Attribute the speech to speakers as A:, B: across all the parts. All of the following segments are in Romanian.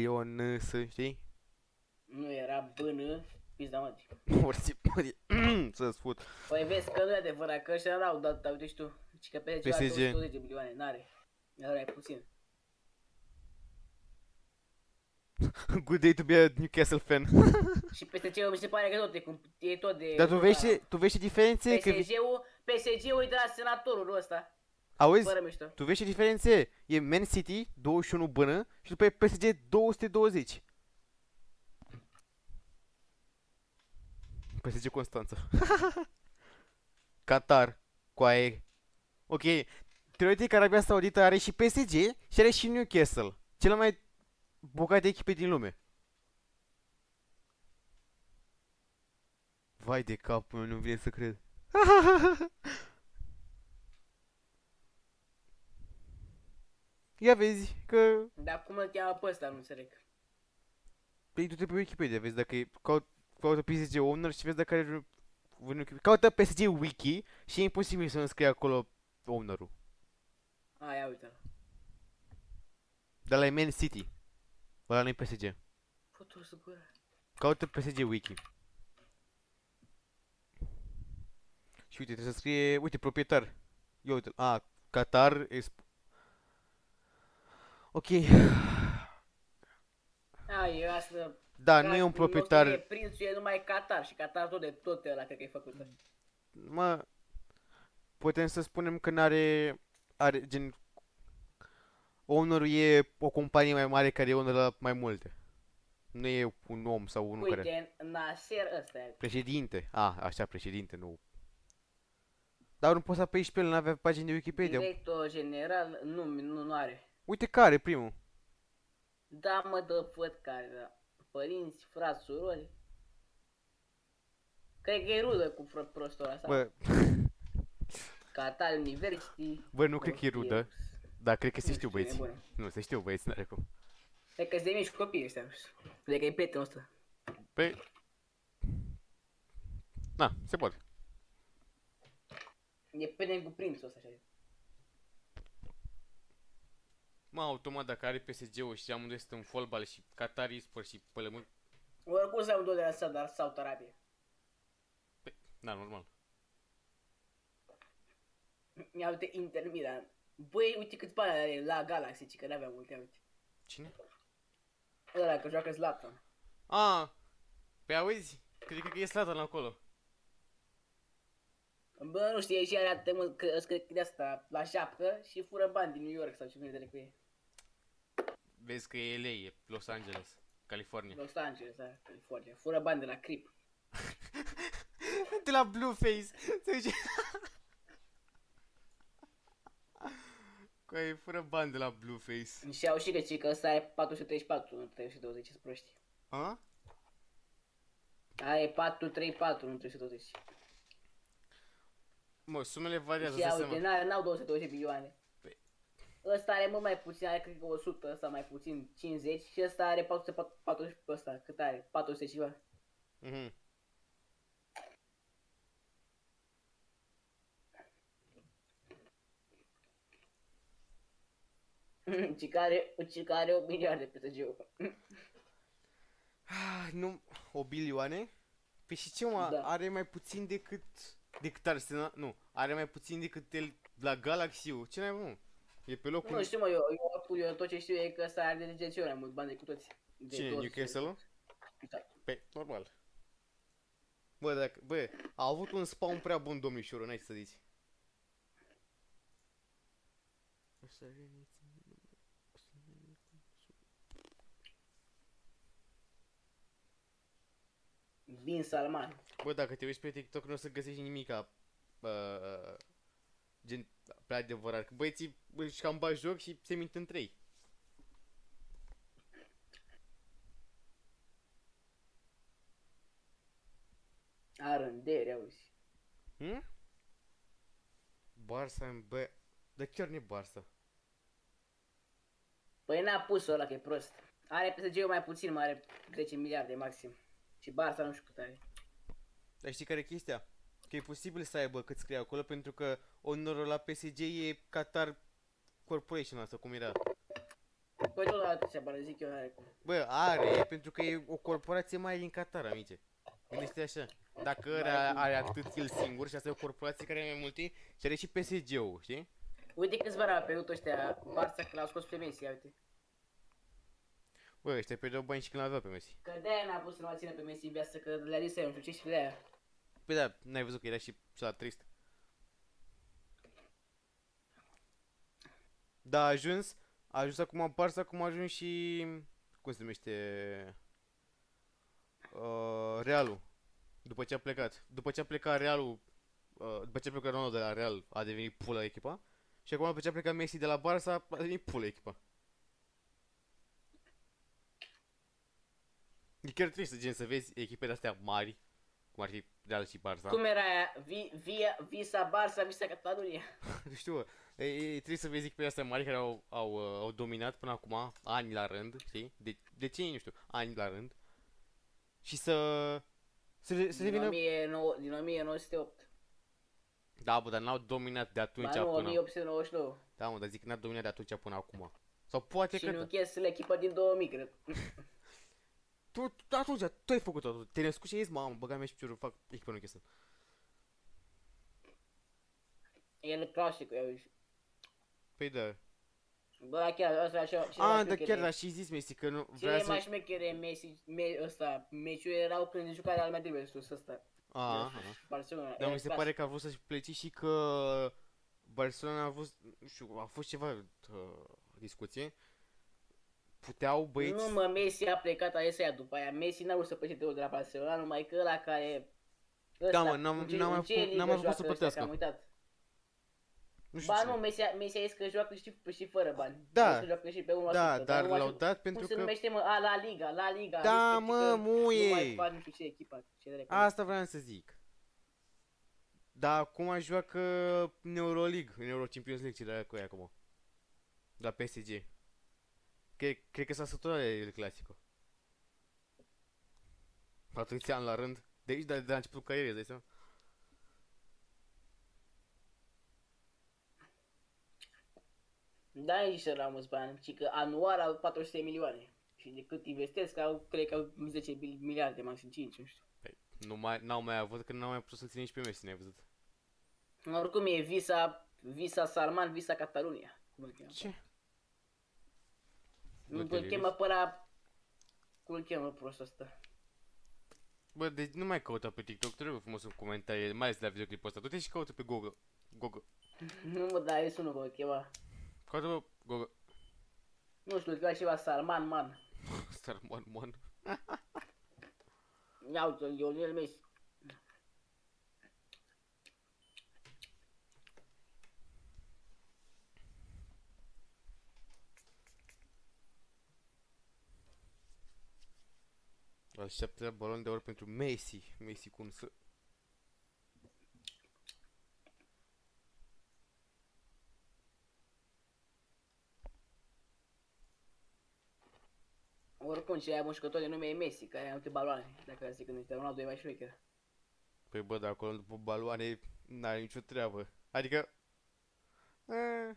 A: Bilion, să știi?
B: Nu era bână, pizda mă.
A: Morții pării, să-ți fut.
B: Păi vezi că nu e adevărat, că ăștia n-au dat, dar uite și tu, ci că pe ceva
A: PSG.
B: 220 de milioane, n-are. Era puțin.
A: Good day to be a Newcastle fan.
B: Și PSG mi se pare că tot e, cum, e tot de...
A: Dar tu vezi, ce- tu vezi ce diferențe?
B: Păi
A: Că... vi-
B: PSG-ul, PSG-ul e de la senatorul ăsta,
A: Auzi?
B: fără mișto.
A: Tu vezi ce diferențe? e? E Man City 21 bână și după e PSG 220. PSG Constanța. Qatar, coaie. Ok, teoretic Arabia Saudită are și PSG și are și Newcastle. Cele mai bogate echipe din lume. Vai de capul meu, nu-mi vine să cred. Ia vezi că
B: Dar cum îl cheamă pe ăsta, nu înțeleg.
A: Păi du-te pe Wikipedia, vezi dacă e... Caut, caută PSG owner și vezi dacă are vreun- vreun... echipe- Caută PSG wiki și e imposibil să nu scrie acolo ownerul.
B: A, ia uite-l.
A: Dar la e Man City. Ăla nu-i PSG.
B: Putul sub gură.
A: Caută PSG wiki. Și uite, trebuie să scrie... Uite, proprietar. Ia uite A, Qatar... Exp... Ok.
B: A, e asta...
A: Da, nu e un proprietar...
B: E prințul, e numai Qatar și Qatar tot de tot ăla cred că e făcută.
A: mă, putem să spunem că n-are, are, gen, ownerul e o companie mai mare care e owner la mai multe. Nu e un om sau unul care...
B: Uite, Nasser ăsta e.
A: Președinte. A, așa, președinte, nu. Dar nu poți să apeși pe el, n-avea pagini Păi de Wikipedia.
B: Director general, nu, nu, nu are.
A: Uite care, primul.
B: Da, mă, dă văd care, da. Părinți, frați, surori. Cred că e rudă cu pro- prostul ăsta. Bă.
A: Bă,
B: Qatar University.
A: bă, nu cred că e rudă, dar cred că se
B: Nu
A: știu
B: știu, e
A: băieți.
B: bună.
A: Nu, se știu băieți, n-are cum.
B: Cred că de mici copii ăștia. nu știu. Cred că e prietenul ăsta.
A: Păi... Na, se poate.
B: E prieten cu prințul ăsta, așa.
A: Mă, automat dacă are PSG-ul și amândoi sunt în fotbal și Qatar e și pălământ,
B: Oricum s-au două de la Sadar sau Arabia.
A: da, normal.
B: Ia uite Inter Milan. Băi, uite câți bani are la Galaxy, ci că n-avea multe, ia uite.
A: Cine?
B: Ăla că joacă Zlatan.
A: A, pe auzi? Cred că e Slatan acolo.
B: Bă, nu știu, e și alea te mă, că, îți cred că de asta la șapcă și fură bani din New York sau ce vine cu ei.
A: Vezi că e LA, e Los Angeles, California.
B: Los Angeles, da, California. Fură bani de la Crip.
A: De la Blueface. Se duce... Că e fără bani de la Blueface.
B: Și au și că, ci că ăsta are 434, nu 320, sunt proști.
A: A?
B: Are 434, nu 320.
A: Mă, sumele variază,
B: Și
A: să
B: au,
A: seama.
B: n-au, n-au 220 milioane.
A: Păi.
B: Ăsta are mult mai puțin, are cred că 100, ăsta mai puțin 50 și ăsta are 440, ăsta cât are? 400 și ceva.
A: Mhm.
B: Ci care, ci care 8 milioane de PSG-ul.
A: Păi. Ah, nu, o bilioane? Păi și ce, mă,
B: Da.
A: are mai puțin decât, decât Arsenal, nu, are mai puțin decât el la galaxy ce n-ai mă? E pe locul...
B: Nu știu mă, eu, eu, eu, tot ce știu e că ăsta are de 10 ori mai mult bani decât toți. De
A: Cine,
B: 200.
A: Newcastle-ul?
B: Deci, Da.
A: Pe, normal. Bă, dacă, bă, a avut un spawn prea bun domnișorul, n-ai ce să zici.
B: Bin Salman.
A: Bă, dacă te uiți pe TikTok nu o să găsești nimica uh, gen pe adevărat. Că Băieții își cam bat joc și se mint între ei.
B: Arândere, auzi.
A: Hm? Barça în B. Dar chiar nu e Barça.
B: Păi n-a pus ăla că e prost. Are PSG-ul mai puțin, mai are 10 miliarde maxim. Și Barça nu știu cât are.
A: Dar știi care e chestia? Că e posibil să aibă cât scrie acolo pentru că onorul la PSG e Qatar Corporation asta, cum era.
B: Păi tot are atâția bani, zic eu, are.
A: Bă, are, e pentru că e o corporație mare din Qatar, amice. Gândește așa. Dacă are, are atât el singur și asta e o corporație care are mai multe și are și PSG-ul, știi?
B: Uite câți bani a pierdut ăștia Barța că l-au scos pe Messi, ia uite.
A: Bă, ăștia pierdeau bani și când l-aveau pe Messi.
B: Că de-aia n-a pus să nu țină pe Messi în viață, că le-a zis eu, nu știu ce și de-aia.
A: Păi da, n-ai văzut că era și și la trist. Da, a ajuns, a ajuns acum Barca, acum a ajuns și, cum se numește, uh, Realul. După ce a plecat, după ce a plecat Realul, uh, după ce a plecat Ronaldo de la Real, a devenit pula echipa. Și acum după ce a plecat Messi de la Barca, a devenit pula echipa. E chiar trist, gen, să vezi echipele astea mari, cum ar fi Real și Barca.
B: Cum era aia? Vi, via, visa Barça, visa Catalunia.
A: Nu știu, bă, e, e, trebuie să vezi pe astea mari care au, au, uh, au dominat până acum, ani la rând, știi? De, de ce, nu știu, ani la rând. Și să... Să, re- să
B: Din,
A: devină...
B: 1909 din 1908.
A: Da, bă, dar n-au dominat de atunci
B: Ba nu,
A: până...
B: 1899.
A: Da, mă, dar zic, n-au dominat de atunci până acum. Sau poate
B: Și
A: că...
B: nu
A: da.
B: Chess la echipa din 2000, cred.
A: Tu, tu, atunci, tu ai făcut totul. Te-ai născut și ai zis, mamă, băga mea și piciorul, fac echipă nu chestia.
B: El clasic, eu zic.
A: Păi da.
B: Bă, chiar, asta e așa. cel mai
A: A, dar
B: șmecher
A: chiar
B: e.
A: l-a și zis Messi că nu vrea
B: Cele mai
A: să...
B: șmechere Messi, me, ăsta, meciuri erau când juca Real Madrid versus ăsta.
A: A, Ah, aha.
B: versus Barcelona.
A: Dar
B: Era
A: mi se
B: clas-
A: pare că a vrut să-și plece și că Barcelona a fost, nu știu, a fost ceva uh, discuție. Puteau băieți...
B: Nu mă, Messi a plecat, a ieșit aia după aia. Messi n-a vrut să plece de la Barcelona, numai că ăla care...
A: Da, mă, n-am-
B: în ce-
A: n-am mai
B: în ce
A: făcut-
B: ligă
A: n-am mai făcut să
B: joacă ăștia,
A: plătească.
B: că am uitat.
A: nu știu
B: Ba
A: ce.
B: nu, Messi a, Messi a zis că joacă și, și făr bani.
A: Da.
B: A zis că joacă și pe 1%.
A: da, dar
B: nu a
A: l-au
B: știut-
A: dat
B: Cum
A: pentru
B: se
A: că...
B: numește, mă? A, La Liga, La Liga. a
A: Da,
B: zis că-
A: mă,
B: că Nu
A: muie.
B: mai fac nu știu ce echipa. Ce de recunosc.
A: Asta vreau să zic. Dar acum joacă în Euroleague, în Euro Champions League, ce de cu ei acum. La PSG. Cred, cred că s-a săturat de El Clasico. Atâția ani la rând. De aici, de, de la începutul carierei, îți dai seama?
B: Da, nici să au mulți bani, ci că anual au 400 de milioane. Și de cât investesc, au, cred că au 10 mil- miliarde, maxim 5, nu știu.
A: Păi, Nu mai, n-au mai avut, că n-au mai putut să-l ține nici pe Messi, n-ai văzut.
B: Oricum e Visa, Visa Salman, Visa Catalunia. Cum îl cheamă?
A: Ce?
B: Nu
A: Uite,
B: îl cheamă
A: Lewis.
B: pe la... Cum îl cheamă prostul ăsta?
A: Bă, deci nu mai căuta pe TikTok, te rog frumos în comentarii, mai ales la videoclipul ăsta. Du-te și caută pe Google. Google.
B: Nu mă, dar eu sună cum îl chema.
A: Caută pe Google.
B: Nu știu, îl chema ceva Salman Man.
A: Sarman, man.
B: Ia uite, Lionel Messi.
A: Al șaptelea balon de aur pentru Messi. Messi cum să...
B: Oricum, cel mai bun jucător de nume e Messi, care are multe baloane. Dacă zic când Ronaldo e mai șmecher.
A: Păi bă, dar acolo după baloane n-are nicio treabă. Adică... E...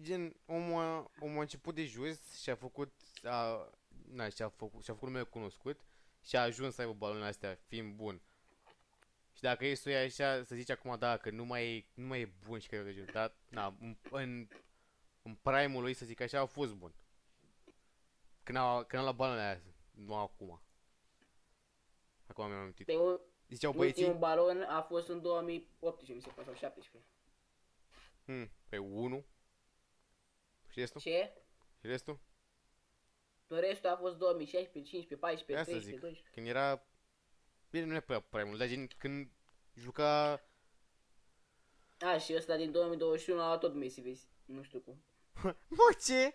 A: Gen, omul a, omul a început de jos și a făcut, a, na, și-a făcut, și-a făcut numele cunoscut și a ajuns să aibă balonul astea, fiind bun. Și dacă e să o iei așa, să zici acum, da, că nu mai e, nu mai e bun și că e de dar, na, în, în, în prime-ul lui, să zic așa, a fost bun. Când a, când a luat balonul aia, nu acum. Acum mi-am amintit.
B: Pe un,
A: Ziceau
B: ultimul
A: băieții,
B: balon a fost în 2018, mi se pare, sau 17.
A: hmm, pe 1. Și restul?
B: Ce?
A: Și restul?
B: Pe restul a fost 2016, 15, 14,
A: Asta
B: 13,
A: zic.
B: 12.
A: Când era... Bine, nu era prea mult, dar gen când juca...
B: A, și ăsta din 2021 a tot Messi, vezi? Nu știu cum.
A: Mă, ce?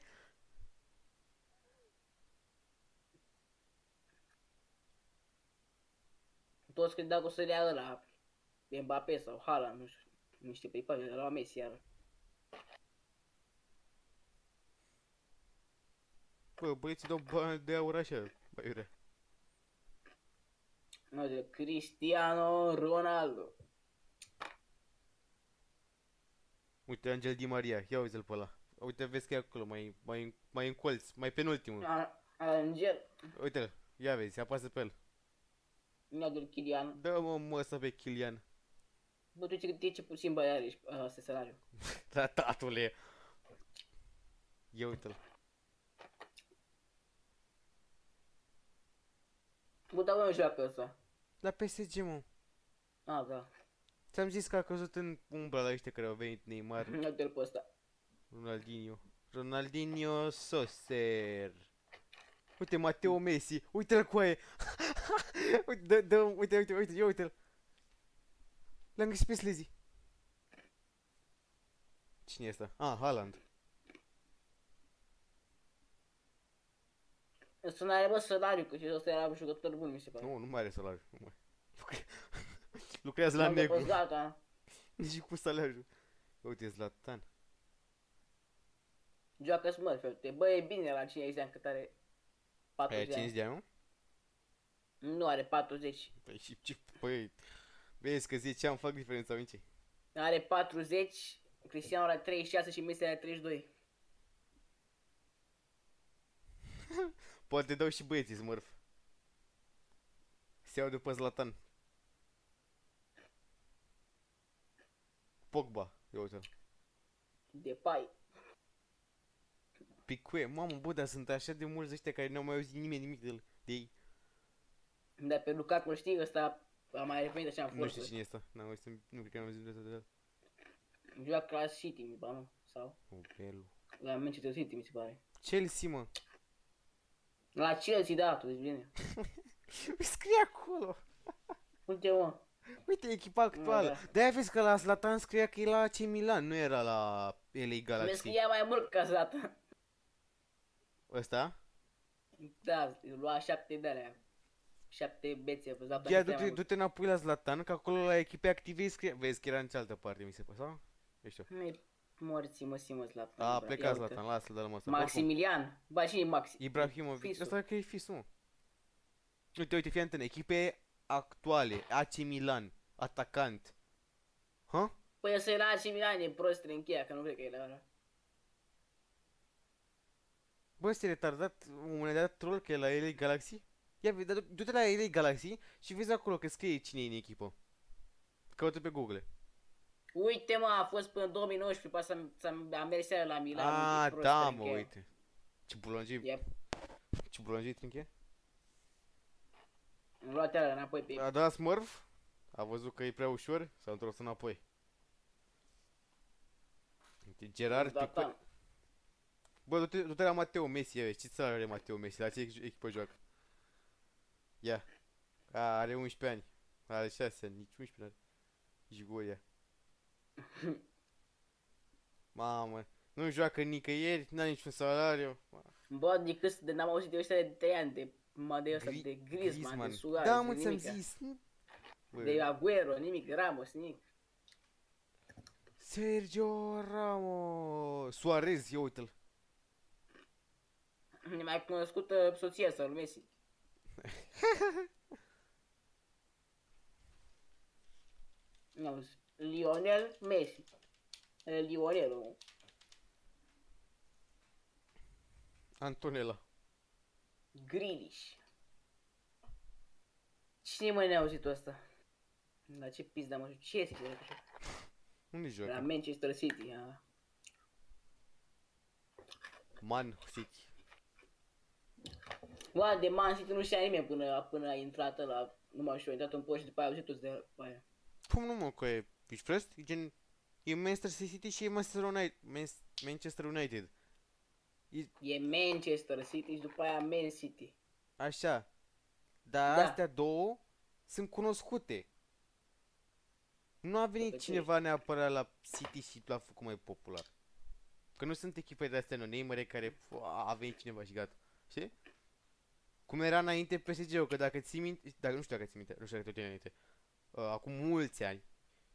B: Toți credeau că o să le ia ăla, Mbappé sau Haaland, nu știu. Nu știu, pe pagina la Messi iară.
A: Bă, băieții dau bani de aur așa, bă, iurea.
B: Nu știu, Cristiano Ronaldo.
A: Uite, Angel Di Maria, ia uite-l pe ăla. Uite, vezi că e acolo, mai, mai, mai în colț, mai penultimul.
B: A- Angel,
A: Uite-l, ia vezi, apasă pe el.
B: Nodul Chilian.
A: Dă mă mă să pe Kilian.
B: Bă, tu ce, de ce puțin băiat ești, asta e salariu.
A: Da, tatule. Ia uite-l.
B: Bă, dar nu joacă ăsta.
A: La PSG, mă.
B: A, da.
A: Ți-am zis că a căzut în umbra la ăștia care au venit Neymar,
B: Nodul pe ăsta.
A: Ronaldinho. Ronaldinho Soser. Uite, Mateo Messi. Uite-l cu aia. uite, dă, dă, uite, uite, uite, ia uite-l. L-am găsit pe Slezi. Cine e asta? Ah, Haaland.
B: Ăsta nu are, bă, salariu, că și ăsta era un jucător bun, mi se pare.
A: Nu, nu mai are salariu. Nu mai. Lucre- Lucrează la
B: Nodul pe
A: negru.
B: Gata.
A: Și cu salariul. Uite, Zlatan.
B: Joacă Smurf, bă, e bine la 50 de ani cât are 40
A: Ai
B: de ani.
A: 5 Păi, de ani, mă?
B: Nu are 40.
A: Păi și ce, păi, vezi că ziceam, fac diferența mici.
B: Are 40, Cristiano are 36 și Messi are 32.
A: Poate dau și băieții smurf. Se iau după Zlatan. Pogba, ia uite
B: De pai.
A: Picue, mamă, bă, dar sunt așa de mulți ăștia care n-au mai auzit nimeni nimic de, de ei.
B: Dar pe Lukaku știi, ăsta a mai revenit așa în
A: Nu știu
B: forță.
A: cine e ăsta, n-am auzit, nu cred că am auzit de de el.
B: Joacă la City, mi se pare, nu? Sau
A: Obelu.
B: la Manchester City, mi se pare.
A: Chelsea, mă.
B: La Chelsea, da, tu zici bine.
A: Scrie acolo.
B: Uite, mă.
A: Uite, echipa actuală.
B: da.
A: De-aia vezi că la Zlatan scria că e la AC Milan, nu era la LA
B: Mi
A: Galaxy.
B: scria mai mult ca dată.
A: Ăsta?
B: Da, lua șapte de alea. Șapte bețe, a fost dat
A: Ia du-te, du-te înapoi la Zlatan, că acolo la echipe active scrie... Vezi că era în cealaltă parte, mi se pare, sau? Nu știu.
B: du Morții, mă simă la
A: A, plecat Zlatan, lasă-l de la mă. Maxim...
B: Maximilian. Ba, cine e Maxi?
A: Ibrahimovic,
B: Fisul.
A: ăsta că e fisul, mă. Uite, uite, fii atent, echipe actuale, AC Milan, atacant. Ha?
B: Păi ăsta era AC Milan, e prost încheia, că nu cred că e legal.
A: Bă, este retardat, un dat troll că e la LA Galaxy? Ia, vezi, dar du- du-te la LA Galaxy și vezi acolo că scrie cine e în echipă. Căută pe Google.
B: Uite mă, a fost până în 2019, pe asta s-a- a mers iară la Milan.
A: Ah,
B: e prost
A: da, mă,
B: încheia.
A: uite. Ce bulonjii,
B: E
A: ce bulonjii trinche?
B: luat iară înapoi pe
A: A dat Smurf, a văzut că e prea ușor, s-a întors înapoi. Uite, Gerard, da,
B: Zlatan.
A: da. Bă, du-te, du-te la Mateo Messi, ia vezi, ce țară are Mateo Messi, la ce ech- echipă joacă? Ia, a, are 11 ani, are 6 ani, nici 11 ani. Jigoria. Mamă, nu joacă nicăieri, n-are niciun salariu.
B: Bă, de cât de n-am auzit de ăștia de 3 ani, de mă, de ăsta,
A: Gri-
B: de Griezmann, de Suarez,
A: Da,
B: de
A: mă, ți-am
B: nimica.
A: zis. nu- Bă.
B: De Agüero, nimic, de Ramos, nimic.
A: Sergio Ramos. Suarez, ia uite-l.
B: Ne mai cunoscută soția sau lui Messi. Nu, Lionel Messi. Eh, Lionel, omul.
A: Antonella.
B: Grealish. Cine mai ne-a auzit ăsta? La ce pizda mă Ce este ce
A: Unde joacă?
B: La Manchester City, a.
A: Man City.
B: Bă, de Man City nu știa nimeni până, până a intrat la nu mai știu, a intrat în poș și după aia a auzit toți de după aia.
A: Cum nu mă, că e, ești prost? E gen, e Manchester City și e Manchester United. Man- Manchester United.
B: E Manchester City și după aia Man City.
A: Așa. Dar
B: Da.
A: astea două sunt cunoscute. Nu a venit
B: După ce-
A: cineva neapărat la City și l-a făcut mai popular. Că nu sunt echipe de astea non care fu, a a venit cineva și gata. Știi? Cum era înainte PSG-ul, că dacă ții minte, dacă nu știu dacă ții minte, nu știu dacă tot ții minte, uh, acum mulți ani,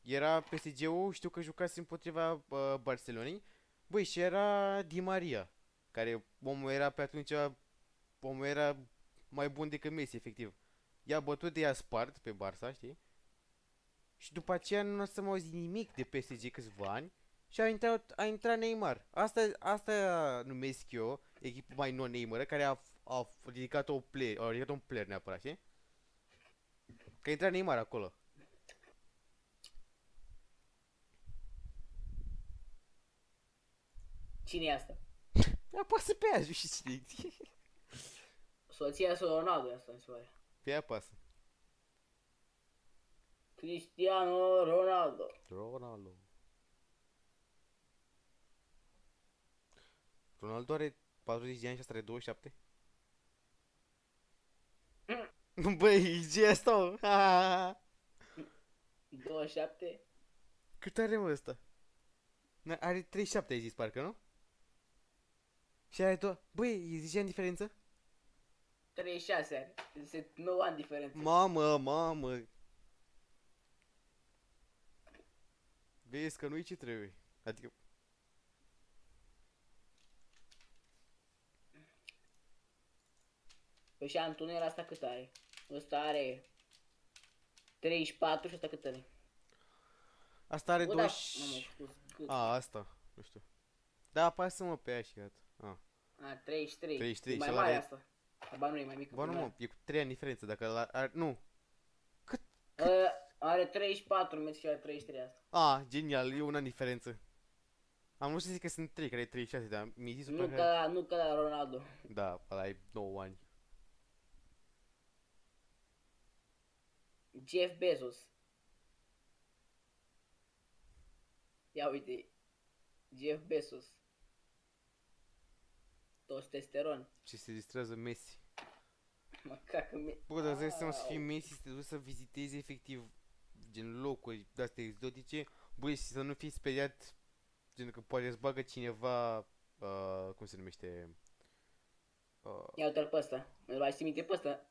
A: era PSG-ul, știu că jucase împotriva uh, Barcelonei, băi, și era Di Maria, care omul era pe atunci, omul era mai bun decât Messi, efectiv. I-a bătut, i-a spart pe Barça, știi? Și după aceea nu o să mai auzi nimic de PSG câțiva ani și a intrat, a intrat Neymar. Asta, asta numesc eu, echipă mai non-Neymar, care a, a ridicat o player, a ridicat un player neapărat, știi? Că a intrat Neymar acolo.
B: Cine e asta?
A: Apasă pe aia, și cine e.
B: Soția sau Ronaldo e asta, mi se pare.
A: Pe aia apasă.
B: Cristiano Ronaldo.
A: Ronaldo. Ronaldo are 40 de ani și asta are 27? Mm. Băi, ce e asta, mă? Ha, ha, ha.
B: 27.
A: Cât are mă ăsta? Na, Are 37 ai zis parcă, nu? Și are tot... Băi, e 10 ani diferență?
B: 36 ani. Sunt 9 ani diferență.
A: Mamă, mamă! Vezi că nu-i ce trebuie. Adică...
B: Păi și Antonella asta cât are? Ăsta are 34 și asta cât are?
A: Asta are
B: Bă,
A: 20...
B: Da, nu, nu, scuze, cât?
A: A, asta. Nu știu. Da, apasă-mă pe aia și gata. A.
B: A, 33.
A: 33,
B: E mai
A: și
B: mare
A: ăla are-
B: asta. Ba nu, e mai mică.
A: Bă, nu mă, e cu 3 ani diferență, dacă la, ar, nu.
B: Ă, Are 34 metri și are 33 asta.
A: A, genial, e un an diferență. Am vrut să zic că sunt 3, care e 36, dar mi-ai zis
B: Nu
A: parcă...
B: ca, la, nu ca la Ronaldo.
A: Da, ăla ai 9 ani.
B: Jeff Bezos. Ia uite. Jeff Bezos. Tostesteron.
A: Și se distrează Messi.
B: Mă cacă mi...
A: Bă, dar îți dai seama să fii
B: Au.
A: Messi, să te duci să vizitezi efectiv gen locuri de astea exotice, băi, și să nu fii speriat gen că poate îți bagă cineva, uh, cum se numește, uh,
B: Ia uite-l pe ăsta. Îl mai ții minte pe ăsta?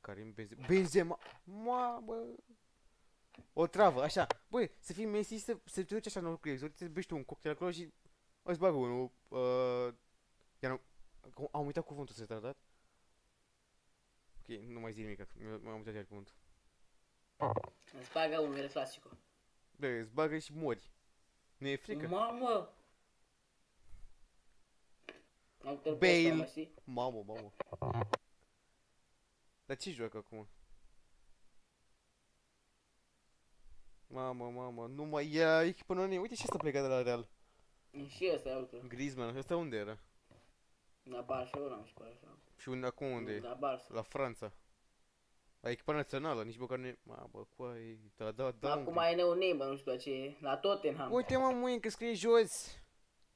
A: Karim Benzema. Benzema! Mamă! O travă, așa. Băi, să fii Messi, să, să te duci așa în locuri exotice, să bești tu un cocktail acolo și îți bagă unul. Uh, iar am, acum am uitat cuvântul să tratat. Ok, nu mai zic nimic, că mi- mi-am uitat iar cuvântul.
B: Îți bagă unul, el clasico.
A: Băi, îți bagă și mori. Nu e frică?
B: Mamă! Ia uite-l pe
A: Bale.
B: ăsta, mă, știi?
A: Mamă, mamă. Dar ce joacă acum? Mamă, mamă, nu mai ia echipa nu Uite și asta plecat de la Real.
B: E Și ăsta, ia uite-l.
A: Griezmann, ăsta unde era?
B: La Barcelona, mi se pare așa.
A: Și unde acum unde e?
B: La Barça.
A: La Franța. La echipa națională, nici măcar nu e... Mă, bă, coai, da, da, da,
B: Acum
A: unde?
B: e neu Neymar, nu știu la ce e. La Tottenham.
A: Uite mă, mâine că scrie jos.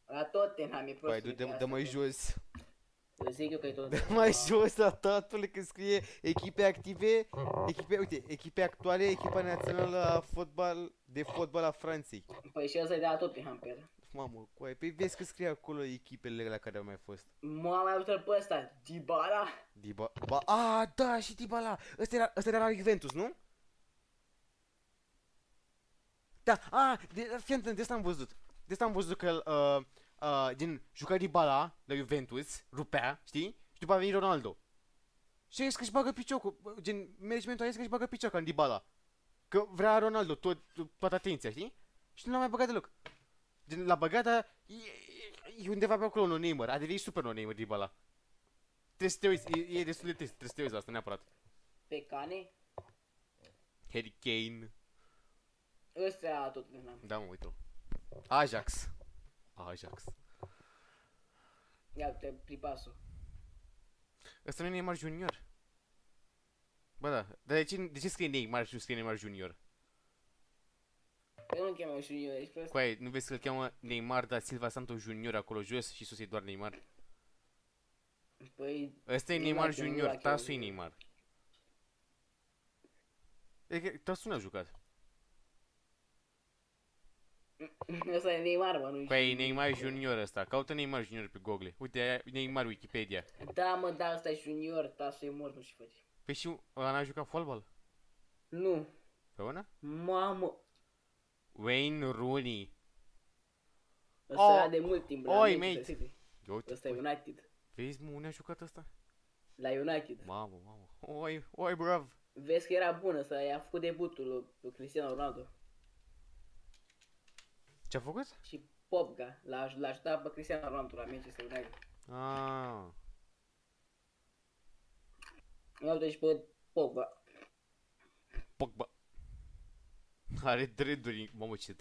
B: La Tottenham e
A: Păi,
B: prost.
A: du-te, dă mai jos.
B: Eu zic eu că e tot.
A: Dă Da, mai jos la tatăl că scrie echipe active, echipe, uite, echipe actuale, echipa națională a fotbal, de fotbal a Franței.
B: Păi și ăsta e de la Tottenham pe el.
A: Mamă, coai, păi vezi că scrie acolo echipele la care au mai fost.
B: Mă mai uite pe ăsta. Dybala.
A: Diba, ba, a, da, și Dybala, ăsta era, ăsta era la Juventus, nu? Da, a, de, fii atent, de asta am văzut. De asta am văzut că, uh, uh, din, juca Dybala la Juventus, rupea, știi? Și după a venit Ronaldo. Și a zis că își bagă piciocul, bă, gen, managementul a zis că își bagă piciocul în Dybala. Că vrea Ronaldo tot, toată atenția, știi? Și nu l-a mai băgat deloc. Gen, l-a băgat, dar e, e- e undeva pe acolo un Neymar, a devenit super un Neymar Dybala. Trebuie să te uiți, e, e destul de trist, trebuie să te uiți la asta neapărat.
B: Pe cane.
A: Harry Kane.
B: Ăsta e la Tottenham.
A: Da, mă, uite um Ajax. Ajax.
B: Ia uite pripasul.
A: Ăsta nu e é Neymar Junior. Bă, da, dar de ce, de ce scrie Neymar și nu scrie Neymar Junior?
B: Eu nu chem Păi și eu, ești prost.
A: Coai, nu vezi că îl cheamă Neymar da Silva Santos Junior acolo jos și sus e doar Neymar?
B: Păi,
A: Ăsta e
B: Neymar
A: Neymar
B: Junior,
A: Junior,
B: la
A: Tasu e
B: Chelsea.
A: Neymar. É E că Tasu n-a jucat.
B: ăsta e Neymar, mă, nu
A: Păi e é? Neymar Junior ăsta, caută Neymar Junior pe Google. Uite, aia e Neymar Wikipedia.
B: Da, mă, da, ăsta e junior, tasul e mort, nu știu ce faci.
A: Păi și ăla um, n-a jucat fotbal?
B: Nu.
A: Pe una?
B: Mamă.
A: Wayne Rooney.
B: Ăsta
A: Oh.
B: era de mult timp la
A: Oi,
B: Manchester City.
A: Ia uite,
B: Ăsta e
A: uite.
B: United.
A: Vezi, mă, unde a jucat ăsta?
B: La United.
A: Mamă, mamă. Oi, oi, brav.
B: Vezi că era bună, să i-a făcut debutul lui Cristiano Ronaldo.
A: Ce a făcut?
B: și Popga. L-a, aj- l-a ajutat pe Cristiano Ronaldo la Manchester United.
A: Ah,
B: Eu deci pe Popga.
A: Pogba. Are dreduri, mamă ce